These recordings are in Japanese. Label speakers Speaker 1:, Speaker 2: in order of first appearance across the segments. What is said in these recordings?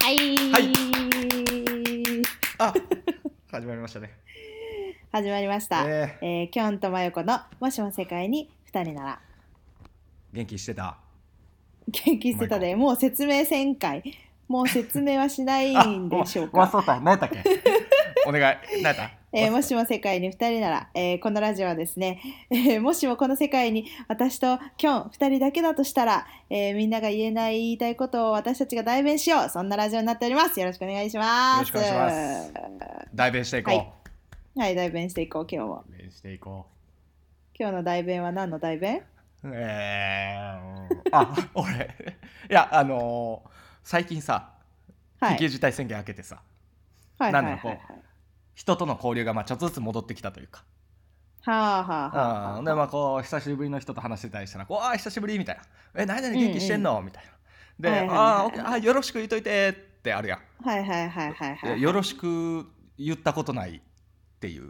Speaker 1: はい。
Speaker 2: はいあ始まりましたね。
Speaker 1: 始まりました。え
Speaker 2: えー
Speaker 1: ーきょんとまよこのもしも世界に二人なら。
Speaker 2: 元気してた。
Speaker 1: 元気してたで、もう説明せんかい。もう説明はしないんで しょう
Speaker 2: あ
Speaker 1: か。
Speaker 2: そうだ。何やった っけお願い。何やった
Speaker 1: えーもしも世界に2人なら、えーこのラジオはですね、えーもしもこの世界に私とキョン2人だけだとしたら、えーみんなが言えない言いたいことを私たちが代弁しようそんなラジオになっておりますよろしくお願いします
Speaker 2: よろしくお願いし代弁していこう。
Speaker 1: はいはい代弁していこう今日も
Speaker 2: 代弁していこう。
Speaker 1: 今日の代弁は何の代弁
Speaker 2: えー、あ、 俺、いや、あのー最近さ、
Speaker 1: はい
Speaker 2: 緊急事態宣言明けてさ、
Speaker 1: はい
Speaker 2: な
Speaker 1: は
Speaker 2: ん
Speaker 1: いは
Speaker 2: だろ
Speaker 1: いうはい
Speaker 2: こ人との交流がまあちょっとずつ戻ってきたというか、
Speaker 1: はあはあはあ
Speaker 2: うん、でまあこう久しぶりの人と話してたりしたらこう「あー久しぶり」みたいな「え何々元気してんのみたいな。で「
Speaker 1: はいはいはい
Speaker 2: あーオッケーあーよろしく言っといて」ってあるやん。
Speaker 1: はいはいはいはいはい
Speaker 2: でよろしく言ったことないって いう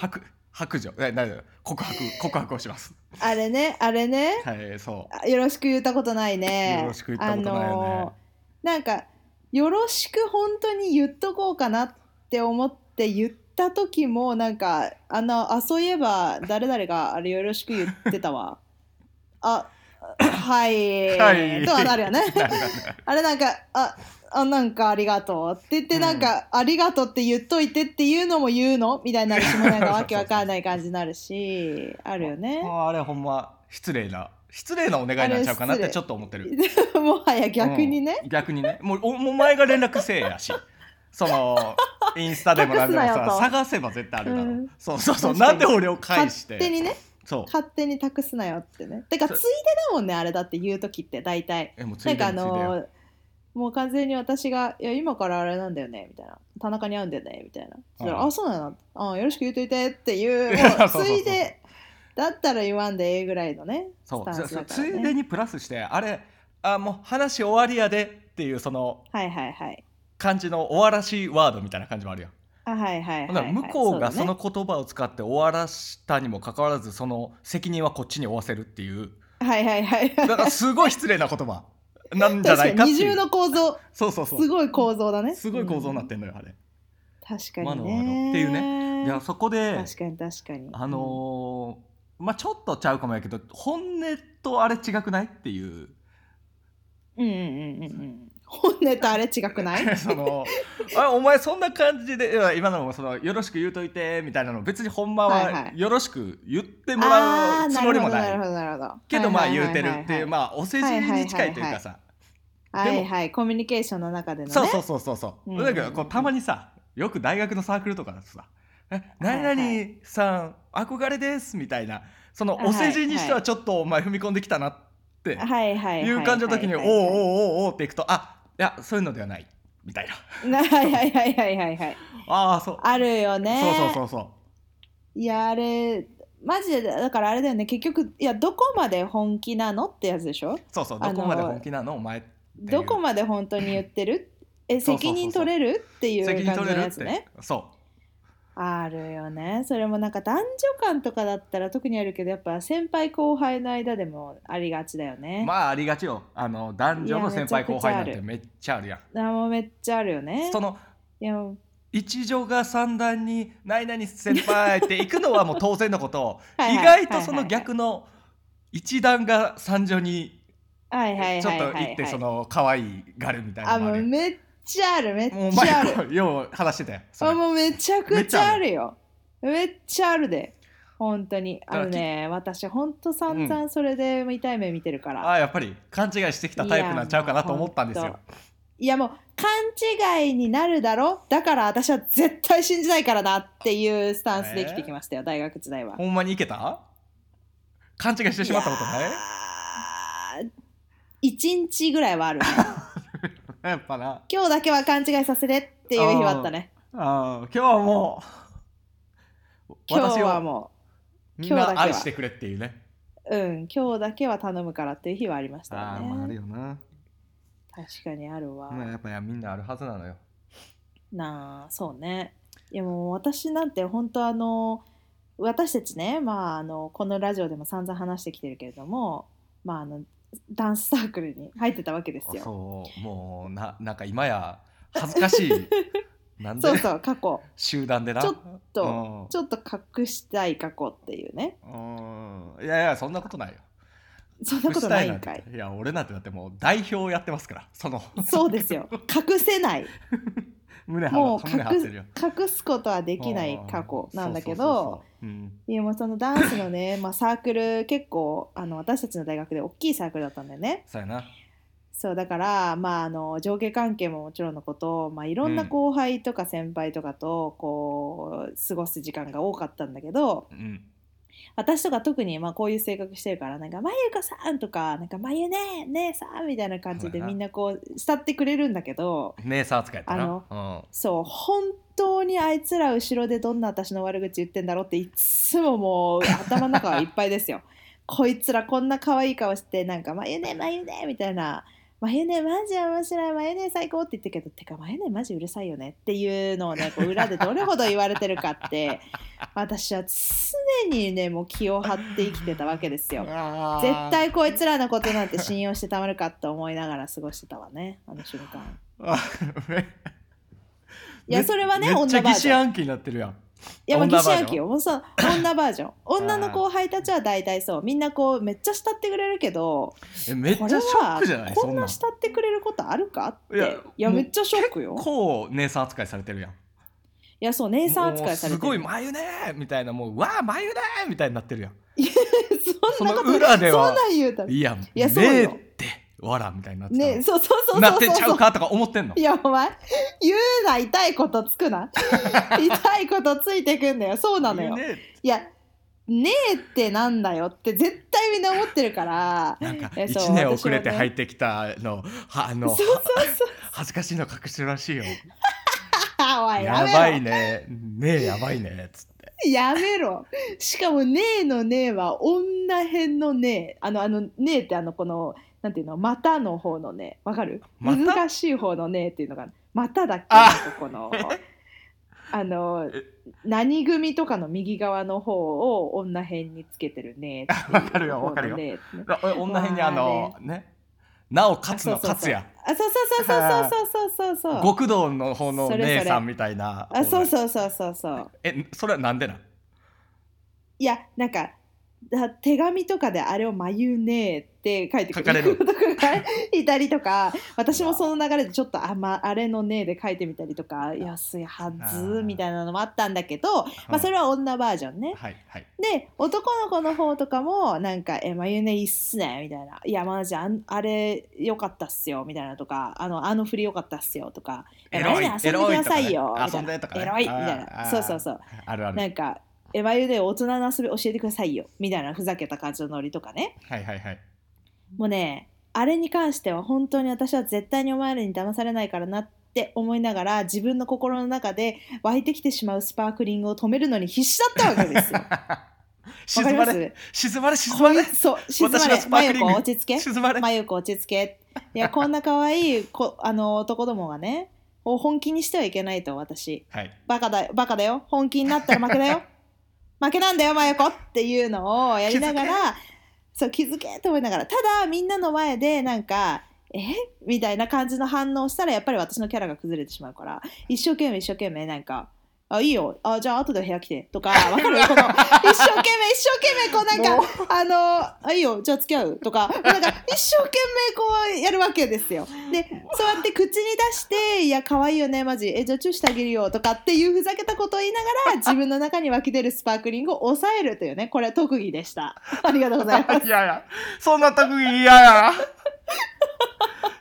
Speaker 2: 白白状えなんだよ告白告白を します。
Speaker 1: あれねあれね
Speaker 2: はいそう。
Speaker 1: あよろしく言ったことないね
Speaker 2: よろしく言ったことないよね
Speaker 1: あのーなんかよろしく本当に言っとこうかなって思って言った時もなんかあのあそういえば誰々があれよろしく言ってたわ ああはい、
Speaker 2: はい
Speaker 1: とはなるよね
Speaker 2: なるなるなる
Speaker 1: あれなんかああなんかありがとうって言って、
Speaker 2: うん
Speaker 1: なんかありがとうって言っといてっていうのも言うのみたいになるしもうなんかわけわかんない感じになる しあるよね。
Speaker 2: もうあれほんま失礼な失礼なお願いなんちゃうかなっ
Speaker 1: あ
Speaker 2: て
Speaker 1: れ失礼
Speaker 2: ちょっと思ってる。
Speaker 1: もはや逆にね、
Speaker 2: うん逆にねもうおもう前が連絡せえやしそ のインスタでもなんでも
Speaker 1: 隠すなよ
Speaker 2: さ
Speaker 1: と
Speaker 2: 探せば絶対あるだろう、
Speaker 1: うん
Speaker 2: そうそうそう
Speaker 1: 確か
Speaker 2: な
Speaker 1: に
Speaker 2: んで俺を返し
Speaker 1: 勝手
Speaker 2: て
Speaker 1: にね
Speaker 2: そう
Speaker 1: 勝手に託すなよってねてかつい
Speaker 2: そ
Speaker 1: うでだもんねあれだって言う時って大体
Speaker 2: えもうつ
Speaker 1: ないん
Speaker 2: で
Speaker 1: か
Speaker 2: に
Speaker 1: あ
Speaker 2: ついでよ
Speaker 1: のもう完全に私が「いや今からあれなんだよね」みたいな「田中に会うんだよね」みたいな「そしたら
Speaker 2: うん
Speaker 1: あそうなのあよろしく言うといて」っていうもう
Speaker 2: そうそうそう
Speaker 1: ついでだったら言わんでええぐらいのね
Speaker 2: そ
Speaker 1: スタ
Speaker 2: う
Speaker 1: ン
Speaker 2: そ
Speaker 1: スだ
Speaker 2: う
Speaker 1: から、
Speaker 2: つ
Speaker 1: ね、
Speaker 2: いでにプラスしてあれあもう話終わりやでっていうその
Speaker 1: はいはいはい
Speaker 2: 感じの終わらしいワードみたいな感じもあるよ、
Speaker 1: あはいはいはい、
Speaker 2: ほんな
Speaker 1: はい、
Speaker 2: ら向こうがそ
Speaker 1: だ
Speaker 2: の
Speaker 1: ね
Speaker 2: 言葉を使って終わらしたにもかかわらずその責任はこっちに負わせるっていう
Speaker 1: はいはいはい
Speaker 2: だからすごい失礼な言 葉なんじゃ
Speaker 1: 確
Speaker 2: な
Speaker 1: か
Speaker 2: い
Speaker 1: に
Speaker 2: かって
Speaker 1: 二
Speaker 2: い
Speaker 1: 重
Speaker 2: う
Speaker 1: の構造
Speaker 2: そうそうそう
Speaker 1: すごい構造だね
Speaker 2: すごい構造になっ
Speaker 1: うん
Speaker 2: てんのよあれ。
Speaker 1: 確かにね
Speaker 2: マノアのっていうねいやそこで
Speaker 1: 確かに確かに
Speaker 2: あのーまあちょっとちゃうかもやけど本音とあれ違くないっていう
Speaker 1: うんうんうんうんうん本音とあれ違くない
Speaker 2: そのあお前そんな感じでいや今のもそのよろしく言うといてみたいなの別にほんま
Speaker 1: はいは
Speaker 2: はいよろしく言っても
Speaker 1: あ
Speaker 2: ら
Speaker 1: ー
Speaker 2: うつもりもない
Speaker 1: るほどなるほどるほど
Speaker 2: けどまあ
Speaker 1: はい
Speaker 2: 言
Speaker 1: は
Speaker 2: う
Speaker 1: い
Speaker 2: てる
Speaker 1: はいはい
Speaker 2: っていうまあお世辞に近いというかさ
Speaker 1: はいは
Speaker 2: でも
Speaker 1: いはいコミュニケーションの中でのね
Speaker 2: そうそうそうそうそう、
Speaker 1: うん
Speaker 2: だけどこうたまにさよく大学のサークルとかだとさ「え
Speaker 1: はいはい
Speaker 2: 何々さん憧れです」みたいなその
Speaker 1: はい
Speaker 2: お世辞にしてはちょっとお前踏み込んできたなって
Speaker 1: はいはい
Speaker 2: いう感じの時に「おうおう
Speaker 1: お
Speaker 2: おうおう」っていくと「あいやそういうのではない」みたいな
Speaker 1: はいはいはいはいはいはい
Speaker 2: 「ああそう
Speaker 1: あるよね
Speaker 2: そうそうそうそ
Speaker 1: いやあれマジでだからあれだよね結局いやどこまで本気なのってやつでしょ
Speaker 2: うそうそう
Speaker 1: あ
Speaker 2: ど
Speaker 1: の
Speaker 2: こまで本気なのお前いう
Speaker 1: どこまで本当に言ってるえ
Speaker 2: そうそ
Speaker 1: 責
Speaker 2: うそうそう
Speaker 1: 任取れるっていう
Speaker 2: 責任
Speaker 1: 感
Speaker 2: 取
Speaker 1: じ
Speaker 2: れ
Speaker 1: の
Speaker 2: る
Speaker 1: や
Speaker 2: っ
Speaker 1: つ
Speaker 2: て、
Speaker 1: ね
Speaker 2: そ
Speaker 1: あるよねそれもなんか男女間とかだったら特にあるけどやっぱ先輩後輩の間でもありがちだよ
Speaker 2: う
Speaker 1: ね、
Speaker 2: まあありがちよあの男女の先輩後輩なんてめっちゃあるやん
Speaker 1: あ、もうめっちゃあるよね
Speaker 2: その
Speaker 1: いやもう
Speaker 2: 一条が三段に「何々先輩」って行くのはもう当然のこと
Speaker 1: はい
Speaker 2: 意
Speaker 1: はい
Speaker 2: 外とその逆の一段が三女に
Speaker 1: はい
Speaker 2: ち
Speaker 1: はい
Speaker 2: ょ
Speaker 1: はいは
Speaker 2: っと
Speaker 1: いはい
Speaker 2: 行ってその可愛がるみたいな
Speaker 1: あ
Speaker 2: のも
Speaker 1: も
Speaker 2: あ
Speaker 1: う
Speaker 2: る
Speaker 1: めっちゃあるめっ
Speaker 2: もう
Speaker 1: ちゃある
Speaker 2: 前よう話してたよそ
Speaker 1: あ
Speaker 2: れ
Speaker 1: もうめちゃくちゃあるよめっちゃあるで本当に
Speaker 2: か
Speaker 1: あ
Speaker 2: ら
Speaker 1: のね私本当散々それで痛い目見てるから、
Speaker 2: ああやっぱり勘違いしてきたタイプなんちゃうかなと思ったんです
Speaker 1: いや
Speaker 2: よ
Speaker 1: もういやもう勘違いになるだろだから私は絶対信じないからなっていうスタンスで生きてきましたよ、大学時代は。
Speaker 2: ほんまにいけた勘違いしてしまったことない
Speaker 1: いやー一日ぐらいはあ るね
Speaker 2: やっぱな
Speaker 1: 今日だけは勘違いさせてっていう日はあったね
Speaker 2: あー今日はもう
Speaker 1: 今日
Speaker 2: 私
Speaker 1: は
Speaker 2: を
Speaker 1: も
Speaker 2: みん
Speaker 1: 今日だけ
Speaker 2: な
Speaker 1: は
Speaker 2: 愛してくれっていうね
Speaker 1: ううん今日だけは頼むからっていう日はありましたよね
Speaker 2: ああまああるよな
Speaker 1: 確かにあるわ、
Speaker 2: まあやっぱりみんなあるはずなのよ
Speaker 1: なあそうねいやもう私なんて本当あの私たちねまああのこのラジオでも散々話してきてるけれどもまああのダンスサークルに入ってたわけですよ。
Speaker 2: そうもうななんか今や恥ずかし いなんで
Speaker 1: そうそう過去
Speaker 2: 集団でな
Speaker 1: ちょっと
Speaker 2: うん
Speaker 1: ちょっと隠したい過去っていうね
Speaker 2: うんいやいやそんなことないよ
Speaker 1: そんなことないん
Speaker 2: 隠した
Speaker 1: か
Speaker 2: い
Speaker 1: い
Speaker 2: なんていや俺なんてだってもう代表やってますからその
Speaker 1: そうですよ隠せない
Speaker 2: 胸張
Speaker 1: もう
Speaker 2: る胸張ってるよ
Speaker 1: 隠隠すことはできない過去なんだけど
Speaker 2: うんそうそうそうそううん
Speaker 1: いやもうそのダンスのね、 まあ、サークル結構あの私たちの大学で大きいサークルだったんだよね
Speaker 2: そうやな
Speaker 1: そうだから、まあ、あの上下関係ももちろんのこと、まあ、いろんな後輩とか先輩とかとこう過ごす時間が多かったんだけど、
Speaker 2: うん
Speaker 1: 私とか特にまあこういう性格してるからなんか「まゆかさん」とか「なんかまゆねねえさん」みたいな感じ
Speaker 2: そう
Speaker 1: で
Speaker 2: だな
Speaker 1: みんなこう慕ってくれるんだけど
Speaker 2: 姉さん扱いやったな
Speaker 1: あの
Speaker 2: う
Speaker 1: そう本当にあいつら後ろでどんな私の悪口言ってんだろうっていっつももう頭の中はいっぱいですよ。こいつらこんな可愛い顔してなんか「まゆねまゆね」みたいな「まゆねマジ面白いまゆね最高」って言ってるけど「てかまゆねマジうるさいよね」っていうのをねこう裏でどれほど言われてるかって私は常にねもう気を張って生きてたわけですよ
Speaker 2: ん。あー
Speaker 1: 絶対こいつらのことなんて信用してたまるかって思いながら過ごしてたわねあの瞬間。
Speaker 2: あ め
Speaker 1: いやそれはね
Speaker 2: めっちゃ
Speaker 1: 女バージョン
Speaker 2: 疑心暗鬼になってるやん
Speaker 1: いやまあ
Speaker 2: 女バ
Speaker 1: 疑
Speaker 2: ージョ
Speaker 1: 心
Speaker 2: ン
Speaker 1: 暗鬼よもうさ女バー ジョン女の後輩たちは大体そうみんなこうめっちゃ慕ってくれるけど
Speaker 2: えめっち
Speaker 1: こ
Speaker 2: ゃ
Speaker 1: れ
Speaker 2: ショッ
Speaker 1: は
Speaker 2: クじゃない
Speaker 1: こ
Speaker 2: そ
Speaker 1: ん
Speaker 2: ん
Speaker 1: な
Speaker 2: なん
Speaker 1: 慕ってくれることあるかってい
Speaker 2: いや
Speaker 1: や
Speaker 2: もう
Speaker 1: めっちゃショックよ
Speaker 2: こう姉さん扱いされてるやん
Speaker 1: いやそう姉さん扱いされ
Speaker 2: もうす
Speaker 1: てる
Speaker 2: ごい眉ねみたいなもうわあ眉ねみたいになってるやん
Speaker 1: そんなこ
Speaker 2: その
Speaker 1: と
Speaker 2: 裏では
Speaker 1: そんなん言うたら
Speaker 2: いや
Speaker 1: いやそうよ
Speaker 2: ねえってわらみたいになってたの
Speaker 1: ねそうそうそうそうそう
Speaker 2: なってちゃうかとか思ってんの
Speaker 1: いやお前言うな痛いことつく な痛いことついてくんだよそうなのよ
Speaker 2: ねえって
Speaker 1: いやねえってなんだよって絶対みんな思ってるから
Speaker 2: なんか
Speaker 1: えそう
Speaker 2: 1年遅れ
Speaker 1: 私
Speaker 2: て
Speaker 1: はね
Speaker 2: 入ってきたのはあ
Speaker 1: そ
Speaker 2: の
Speaker 1: うそうそう
Speaker 2: 恥ずかしいの隠してるらしいよ
Speaker 1: おいや
Speaker 2: や
Speaker 1: めろ
Speaker 2: ばいねねえやばいねつっ て
Speaker 1: やめろしかも「ねえ」の「ねえ」は女編の「ねえ」あの「あのねえ」ってあのこのなんていうの「また」の方の「ねえ」わかる
Speaker 2: また
Speaker 1: 難しい方の「ねえ」っていうのが「また」だっけ
Speaker 2: あ
Speaker 1: なんかこ のあの
Speaker 2: え
Speaker 1: 何組とかの右側の方を女編につけてる「ねえ」っていう
Speaker 2: わかるよわかる
Speaker 1: 方の
Speaker 2: よ
Speaker 1: ねえってね
Speaker 2: あ女編にあのねなおかつの
Speaker 1: あそうそうそう
Speaker 2: かつや
Speaker 1: あそうそうそうそうそうそうそうそう
Speaker 2: 極道の方の
Speaker 1: それそれ
Speaker 2: 姉さんみたいな
Speaker 1: あそうそうそうそうそう
Speaker 2: えそれはなんでなん
Speaker 1: いやなんかだ手紙とかであれを「まゆねえ」って書いてく
Speaker 2: 書かれる
Speaker 1: ことがいたりと か私もその流れでちょっとあ,、まあれの「ねえ」で書いてみたりとか「安いはず」みたいなのもあったんだけどまあ、それは女バージョンね。
Speaker 2: はいはい
Speaker 1: で男の子の方とかもなんか「えまゆねいいっすね」みたいな「いやまなちゃんああれよかったっすよ」みたいなとか「あのあの振りよかったっすよ」とか「
Speaker 2: エロい
Speaker 1: えまゆね遊んでくださいよ」
Speaker 2: エロいと
Speaker 1: みたいな
Speaker 2: かね遊んでとかね
Speaker 1: エロい」み
Speaker 2: あー
Speaker 1: たい
Speaker 2: あ
Speaker 1: な
Speaker 2: ー
Speaker 1: そうそうそう
Speaker 2: あるある
Speaker 1: なんか、エヴァユで大人の遊び教えてくださいよみたいなふざけた感じのノリとかね。
Speaker 2: はいはいはい
Speaker 1: もうね、あれに関しては本当に私は絶対にお前らに騙されないからなって思いながら自分の心の中で湧いてきてしまうスパークリングを止めるのに必死だったわけです よ。わ
Speaker 2: 静
Speaker 1: かり
Speaker 2: ま
Speaker 1: ます
Speaker 2: れ静まれ静まれ
Speaker 1: そう、静ま
Speaker 2: 私は
Speaker 1: れ
Speaker 2: ス。パ
Speaker 1: ま
Speaker 2: ーク
Speaker 1: ゆ
Speaker 2: リン
Speaker 1: こ
Speaker 2: グ
Speaker 1: 落ち着け。
Speaker 2: 静まれ
Speaker 1: まゆこ落ち着け。いや、こんな可愛いこあの男どもがね、を本気にしてはいけないと私。
Speaker 2: はい
Speaker 1: バカだよ、バカだよ、本気になったら負けだよ、負けなんだよ、真横っていうのをやりながら、そう、気づけと思いながら、ただ、みんなの前で、なんか、えみたいな感じの反応をしたら、やっぱり私のキャラが崩れてしまうから、一生懸命、一生懸命、なんか、あ、いいよ、あ、じゃあ、後で部屋来て、とか、わかるこの、一生懸命、一生懸命、こう、なんか、あのあいいよじゃあ付き合うとかなんか一生懸命こうやるわけですよ。でそうやって口に出して「いや可愛いよねマジえじゃあチューしてあげるよ」とかっていうふざけたことを言いながら自分の中に湧き出るスパークリングを抑えるというねこれは特技でした。ありがとうござい ます。
Speaker 2: いやいやそんな特技 嫌や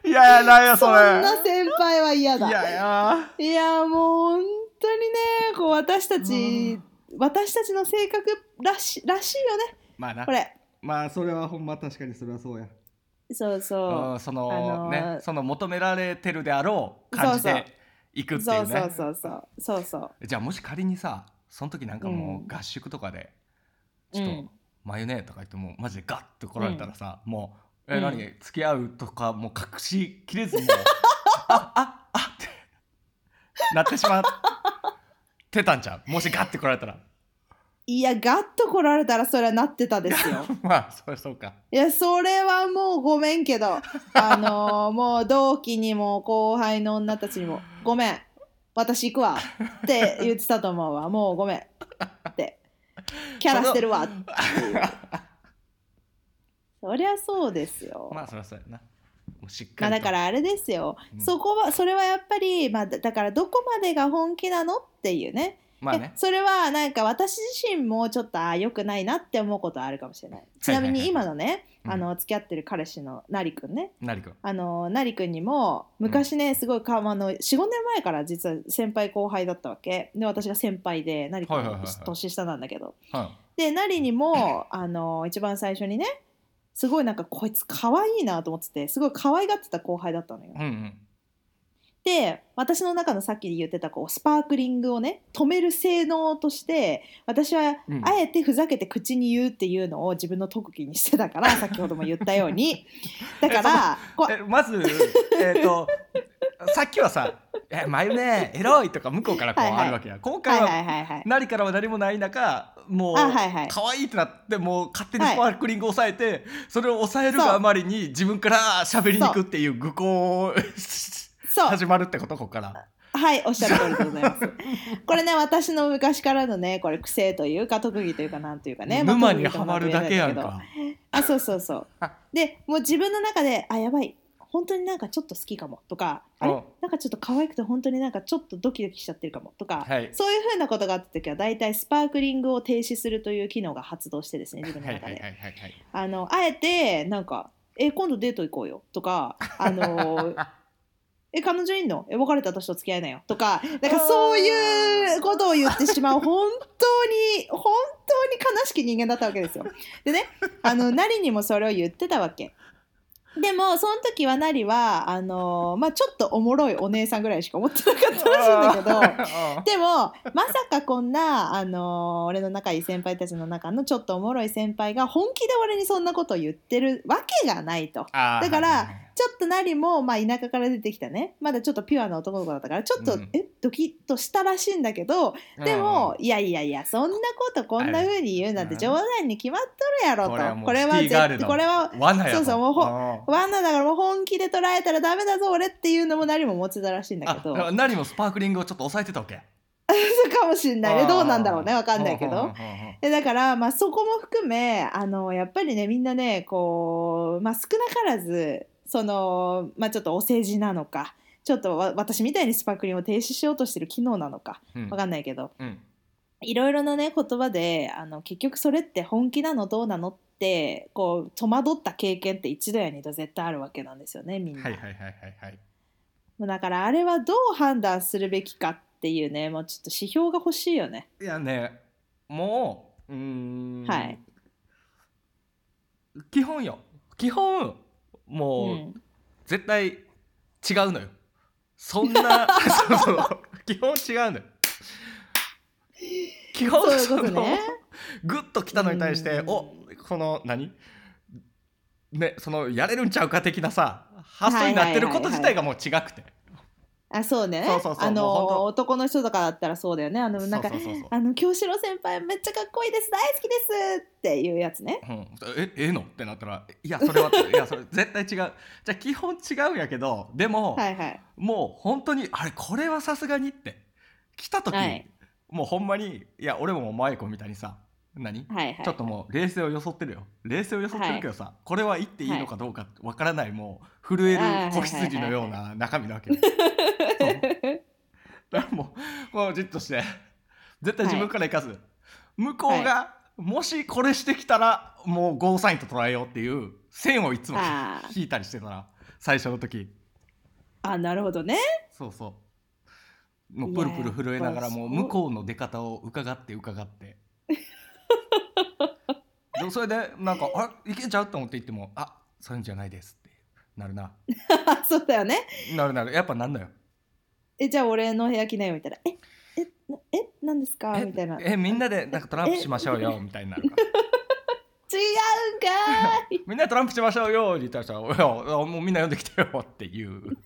Speaker 2: いやいやなんや
Speaker 1: そ
Speaker 2: そ
Speaker 1: ん
Speaker 2: れ
Speaker 1: な先輩は嫌だ。
Speaker 2: いやいや
Speaker 1: いやもう本当にねこう私たち私たちの性格らしらしいよね
Speaker 2: まあな
Speaker 1: これ。
Speaker 2: まあそれはほんま確かにそれはそうや
Speaker 1: そうそう。
Speaker 2: うんその、
Speaker 1: あのー
Speaker 2: ねその求められてるであろう感じ
Speaker 1: そう
Speaker 2: でいくってい
Speaker 1: そうう
Speaker 2: ね
Speaker 1: そうそうそうそうそう。
Speaker 2: じゃあもし仮にさその時なんかもう合宿とかで、ちょっと、
Speaker 1: うん
Speaker 2: マヨネーとか言ってもうマジでガッて来られたらさ、もう「
Speaker 1: う
Speaker 2: え
Speaker 1: ん
Speaker 2: 何付き合う?」とかもう隠しきれずに もうあああってなってしまってたんちゃうもしガッて来られたら
Speaker 1: いやガッと来られたらそれはなってたですよ
Speaker 2: まあそりゃそうか
Speaker 1: いやそれはもうごめんけ どあのーもう同期にも後輩の女たちにも「ごめん私行くわ」って言ってたと思う わもうごめんってキャラしてるわそりゃそうですよ、
Speaker 2: まあそりゃそうやなもうしっ
Speaker 1: ま
Speaker 2: か
Speaker 1: あ
Speaker 2: り
Speaker 1: だかららあれですよ、
Speaker 2: うん
Speaker 1: そこはそれはやっぱり、まあ、だだからどこまでが本気なのっていうね,、
Speaker 2: まあね
Speaker 1: それはなんか私自身もちょっとああ良くないなって思うことはあるかもしれないちなみ
Speaker 2: はい
Speaker 1: に
Speaker 2: はいは
Speaker 1: 今
Speaker 2: い
Speaker 1: のね、
Speaker 2: うん
Speaker 1: あの付き合ってる彼氏のなりくんね
Speaker 2: なりくん
Speaker 1: あのなりくんにも昔ね、すごいかあの45年前から実は先輩後輩だったわけで私が先輩でなりくん
Speaker 2: はいは
Speaker 1: の
Speaker 2: いはいはい
Speaker 1: 年下なんだけど、
Speaker 2: は
Speaker 1: でなりにもあの一番最初にねすごいなんかこいつ可愛いなと思っててすごい可愛がってた後輩だったのよ
Speaker 2: い。うんうん
Speaker 1: で私の中のさっき言ってたこうスパークリングをね止める性能として私は
Speaker 2: うん
Speaker 1: あえてふざけて口に言うっていうのを自分の特技にしてた から先ほども言ったようにだからこう
Speaker 2: えまずえっと さっきはさ「えまゆねエロい」とか向こうからこう
Speaker 1: はいはい
Speaker 2: あるわけや今
Speaker 1: はい
Speaker 2: 回
Speaker 1: はい
Speaker 2: は
Speaker 1: はいはい
Speaker 2: なりからは何もない中もう
Speaker 1: あはいはい
Speaker 2: 可愛いってなってもう勝手に
Speaker 1: はい
Speaker 2: スパークリングを抑えてそれを抑える
Speaker 1: そう
Speaker 2: があまりに自分から喋りに行くっていう愚行を
Speaker 1: そう
Speaker 2: 始まるってことここから。
Speaker 1: はいおっしゃる通りでございますこれね私の昔からのねこれ癖というか特技というかなんというかねまあ
Speaker 2: 沼に
Speaker 1: 特技とかな
Speaker 2: はま
Speaker 1: んと
Speaker 2: る
Speaker 1: も言えな
Speaker 2: だ
Speaker 1: い
Speaker 2: け
Speaker 1: ん
Speaker 2: や
Speaker 1: け
Speaker 2: ん
Speaker 1: ど
Speaker 2: か。
Speaker 1: あそうそうそう
Speaker 2: あ
Speaker 1: でもう自分の中であやばい本当になんかちょっと好きかもとかあれ
Speaker 2: うん
Speaker 1: なんかちょっと可愛くて本当になんかちょっとドキドキしちゃってるかもとか、
Speaker 2: はい
Speaker 1: そういうふうなことがあった時は大体スパークリングを停止するという機能が発動してですね自分の
Speaker 2: はいはい
Speaker 1: 中
Speaker 2: は
Speaker 1: で
Speaker 2: いはいはい。
Speaker 1: あのあえてなんか「え今度デート行こうよ」と か「あのえ彼女いんのえ別れた私と付き合いなよ」とかなんかそういうことを言ってしまう本当に本当に悲しき人間だったわけですよ。でねあのなりにもそれを言ってたわけ。でもその時はなりはあのまあ、ちょっとおもろいお姉さんぐらいしか思ってなかったらしいんだけど。
Speaker 2: あ
Speaker 1: でもまさかこんな、あのー俺の仲いい先輩たちの中のちょっとおもろい先輩が本気で俺にそんなことを言ってるわけがないと。
Speaker 2: ー
Speaker 1: だか
Speaker 2: はいはい
Speaker 1: ら
Speaker 2: はい
Speaker 1: ちょっとなりも、まあ、田舎から出てきたねまだちょっとピュアな男の子だったからちょっと、
Speaker 2: うん
Speaker 1: えドキッとしたらしいんだけどでも、いやいやいやそんなことこんな風に言うなんて
Speaker 2: あれ
Speaker 1: 冗談に決まっとるやろと
Speaker 2: これはもう
Speaker 1: これは
Speaker 2: シティガール
Speaker 1: 絶
Speaker 2: だ
Speaker 1: これは
Speaker 2: うん、罠やと
Speaker 1: そうそうもうほ
Speaker 2: あー
Speaker 1: 罠だからもう本気で捉えたらダメだぞ俺っていうのもなりも持ってたらしいんだ
Speaker 2: あ
Speaker 1: けど
Speaker 2: ななりもスパークリングをちょっと抑えてたわけ
Speaker 1: そうかもしんないねどうなんだろうねわかんないけど
Speaker 2: あ。ー
Speaker 1: でだから、まあ、そこも含めあのやっぱりねみんなねこう、まあ、少なからずその、まあ、ちょっとお世辞なのかちょっとわ私みたいにスパークリングを停止しようとしてる機能なのか
Speaker 2: うん
Speaker 1: わかんないけど
Speaker 2: うん
Speaker 1: いろいろなね言葉であの結局それって本気なのどうなのってこう戸惑った経験って一度や二度絶対あるわけなんですよねみんな。
Speaker 2: はいはいはいはいはい
Speaker 1: もうだからあれはどう判断するべきかっていうねもうちょっと指標が欲しいよね。
Speaker 2: いやねもううーん、
Speaker 1: はい、
Speaker 2: 基本よ基本もう、
Speaker 1: うん
Speaker 2: 絶対違うのよそんな そうそう基本違うのよ基本
Speaker 1: そういう こと
Speaker 2: の
Speaker 1: ね。
Speaker 2: グッと来たのに対して、
Speaker 1: うん
Speaker 2: おこの何ねそのやれるんちゃうか的なさ発想になってること自体がもう違くて、
Speaker 1: あそうね
Speaker 2: そうそうそう
Speaker 1: あ
Speaker 2: もうほん
Speaker 1: の
Speaker 2: と
Speaker 1: 男の人とかだったらそうだよねあのなんか
Speaker 2: そうそうそうそう
Speaker 1: あの京志郎先輩めっちゃかっこいいです大好きですっていうやつね
Speaker 2: うん、えええのってなったら いやそれはいやそれ絶対違うじゃあ基本違うんやけどでも、
Speaker 1: はいはい
Speaker 2: もう本当にあれこれはさすがにって来た時、
Speaker 1: はい
Speaker 2: もうほんまにいや俺ももうマイコみたいにさ何、
Speaker 1: はいはい
Speaker 2: ちょっともう冷静を装ってるよ冷静を装ってるけどさ、これは言っていいのかどうかわからない、もう震える子羊のような中身なわけよ。そうだからもうもうじっとして絶対自分から行かず、向こうが、もしこれしてきたらもうゴーサインと捉えようっていう線をいつも
Speaker 1: あー
Speaker 2: 引いたりしてたら最初の時
Speaker 1: あなるほどね
Speaker 2: そうそうもう
Speaker 1: い
Speaker 2: プ
Speaker 1: や
Speaker 2: ルプル震えなが
Speaker 1: や
Speaker 2: ら
Speaker 1: っぱ
Speaker 2: もう
Speaker 1: そう
Speaker 2: 向こうの出方を伺って伺って でもそれでなんか「あいけちゃう?」と思って言っても「あそういうんじゃないです」ってなるな
Speaker 1: そうだよね
Speaker 2: なるなるやっぱなんのよ
Speaker 1: えじゃあ俺の部屋着なよみたいなええなえなんですか
Speaker 2: え
Speaker 1: みたいな違うんか
Speaker 2: えみんなでなんかトランプしましょうよみたいにな るから
Speaker 1: ーい
Speaker 2: みんなでトランプしましょうよって言ったらおやもうみんな呼んできてよっていう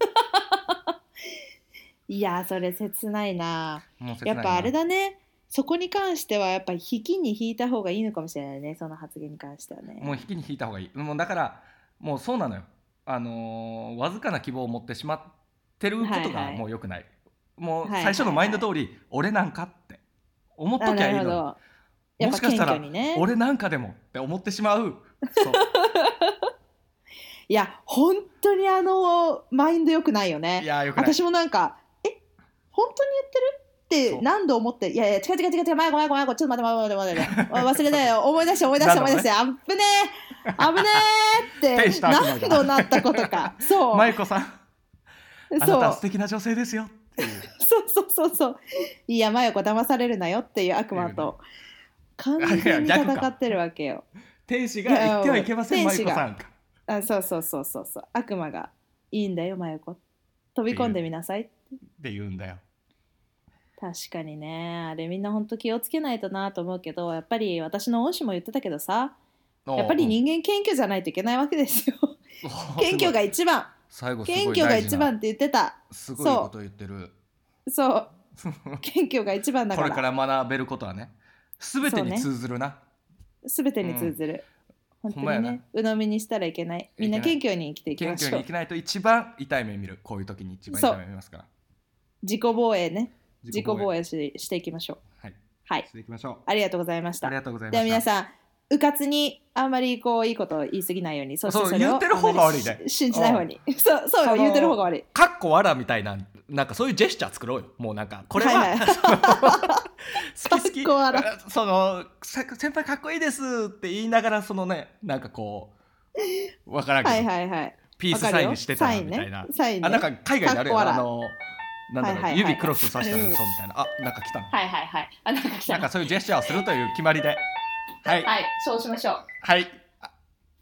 Speaker 1: いやそれ切ないない
Speaker 2: もう切ないな
Speaker 1: やっぱあれだねそこに関してはやっぱり引きに引いた方がいいのかもしれないねその発言に関してはね
Speaker 2: もう引きに引いた方がいいもうだからもうそうなのよあのーわずかな希望を持ってしまってること
Speaker 1: はい
Speaker 2: が
Speaker 1: はい
Speaker 2: もう良くない、もう
Speaker 1: はいはい
Speaker 2: 最初のマインド通り、俺なんかって思っと
Speaker 1: あ
Speaker 2: き
Speaker 1: な
Speaker 2: ゃ
Speaker 1: い
Speaker 2: い
Speaker 1: る
Speaker 2: の
Speaker 1: ほど
Speaker 2: に
Speaker 1: やっぱ
Speaker 2: もしかし
Speaker 1: 謙
Speaker 2: たら
Speaker 1: 虚にね
Speaker 2: 俺なんかでもって思ってしまうそう
Speaker 1: いや本当にあのマインド良くないよ
Speaker 2: い
Speaker 1: ね
Speaker 2: やーよくない
Speaker 1: 私もなんかえ本当に言ってるっ
Speaker 2: そう
Speaker 1: て何度思っていやいや違う違う違う違う前ごめんごめんごめんちょっと待って待って待って待って 待って忘れないよ思い出して思い出して思い出してあぶねえあぶね え
Speaker 2: 天
Speaker 1: っ
Speaker 2: 使
Speaker 1: て
Speaker 2: と悪魔が
Speaker 1: 何度なったことか そう
Speaker 2: 舞子さんあ
Speaker 1: そ
Speaker 2: な
Speaker 1: う
Speaker 2: たは素敵な女性ですよっていう
Speaker 1: そうそうそうそう。いや、真横騙されるなよっていう悪魔と。完全に
Speaker 2: いや逆
Speaker 1: 戦
Speaker 2: か
Speaker 1: ってるわけよ。
Speaker 2: 天使が言ってはいけません
Speaker 1: いや
Speaker 2: 舞子さん
Speaker 1: あ、そうそうそうそうそう。悪魔が。いいんだよ、真横。飛び込んでみなさい。
Speaker 2: って言うんだよ
Speaker 1: 確かにね、あれみんな本当気をつけないとなと思うけど、やっぱり私の恩師も言ってたけどさ、やっぱり人間謙虚じゃないといけないわけです よ。
Speaker 2: おー
Speaker 1: 謙虚が
Speaker 2: すごい
Speaker 1: 一番、
Speaker 2: 最後すごい
Speaker 1: 謙虚が
Speaker 2: 大事
Speaker 1: 一
Speaker 2: な
Speaker 1: 番って言ってた。
Speaker 2: すごいこと言ってる
Speaker 1: そう、
Speaker 2: こ
Speaker 1: 謙虚が一番だか、
Speaker 2: れからら学べることはね全てに通ずるな、
Speaker 1: すべてに通ずる。
Speaker 2: ん
Speaker 1: 本当
Speaker 2: ほんまや
Speaker 1: に
Speaker 2: な
Speaker 1: ね、鵜呑みにしたらいけない。みんな謙虚に生きていき
Speaker 2: 謙
Speaker 1: ましょ
Speaker 2: 虚に
Speaker 1: う
Speaker 2: 生。きないと一番痛い目見るこういう時に一番痛い目見ますから
Speaker 1: 自己防衛ね自己防
Speaker 2: 衛
Speaker 1: 衛ししていきましょう
Speaker 2: はい
Speaker 1: はい
Speaker 2: していきましょ
Speaker 1: ありがとうございまし
Speaker 2: うあ
Speaker 1: た
Speaker 2: りがとうございま
Speaker 1: で
Speaker 2: し
Speaker 1: は皆
Speaker 2: た
Speaker 1: さんうかつにあんまりこういいことを言い過ぎないようにそして
Speaker 2: そう
Speaker 1: それを
Speaker 2: 言ってる方が悪いね
Speaker 1: あんまりし信じない方に そうそうよ
Speaker 2: その
Speaker 1: 言ってる方が悪い
Speaker 2: かっこわらみたいななんかそういうジェスチャー作ろうよもうなんかこれは、
Speaker 1: はいはい
Speaker 2: 好き好き
Speaker 1: かっこわら
Speaker 2: そのさ先輩かっこいいですって言いながらそのねなんかこうわからんけど、
Speaker 1: はいはいはい
Speaker 2: ピー
Speaker 1: わ
Speaker 2: ス
Speaker 1: か
Speaker 2: サ
Speaker 1: る
Speaker 2: イ
Speaker 1: よ
Speaker 2: ンしてた
Speaker 1: サ
Speaker 2: な
Speaker 1: イン
Speaker 2: みたいな、
Speaker 1: ねサインね
Speaker 2: あなんか海外であるよ
Speaker 1: かっこわら
Speaker 2: あのなんだろう、
Speaker 1: はいはいはい
Speaker 2: 指クロスさせたら嘘みたいなあなんか来たな
Speaker 1: はいはいはいあなんか来
Speaker 2: なんかそういうジェスチャーをするという決まりではい
Speaker 1: いそうしましょう
Speaker 2: はい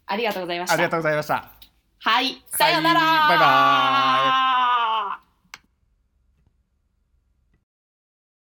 Speaker 1: ありがとうございま
Speaker 2: ありがとうございました
Speaker 1: はい
Speaker 2: はいバイバーイ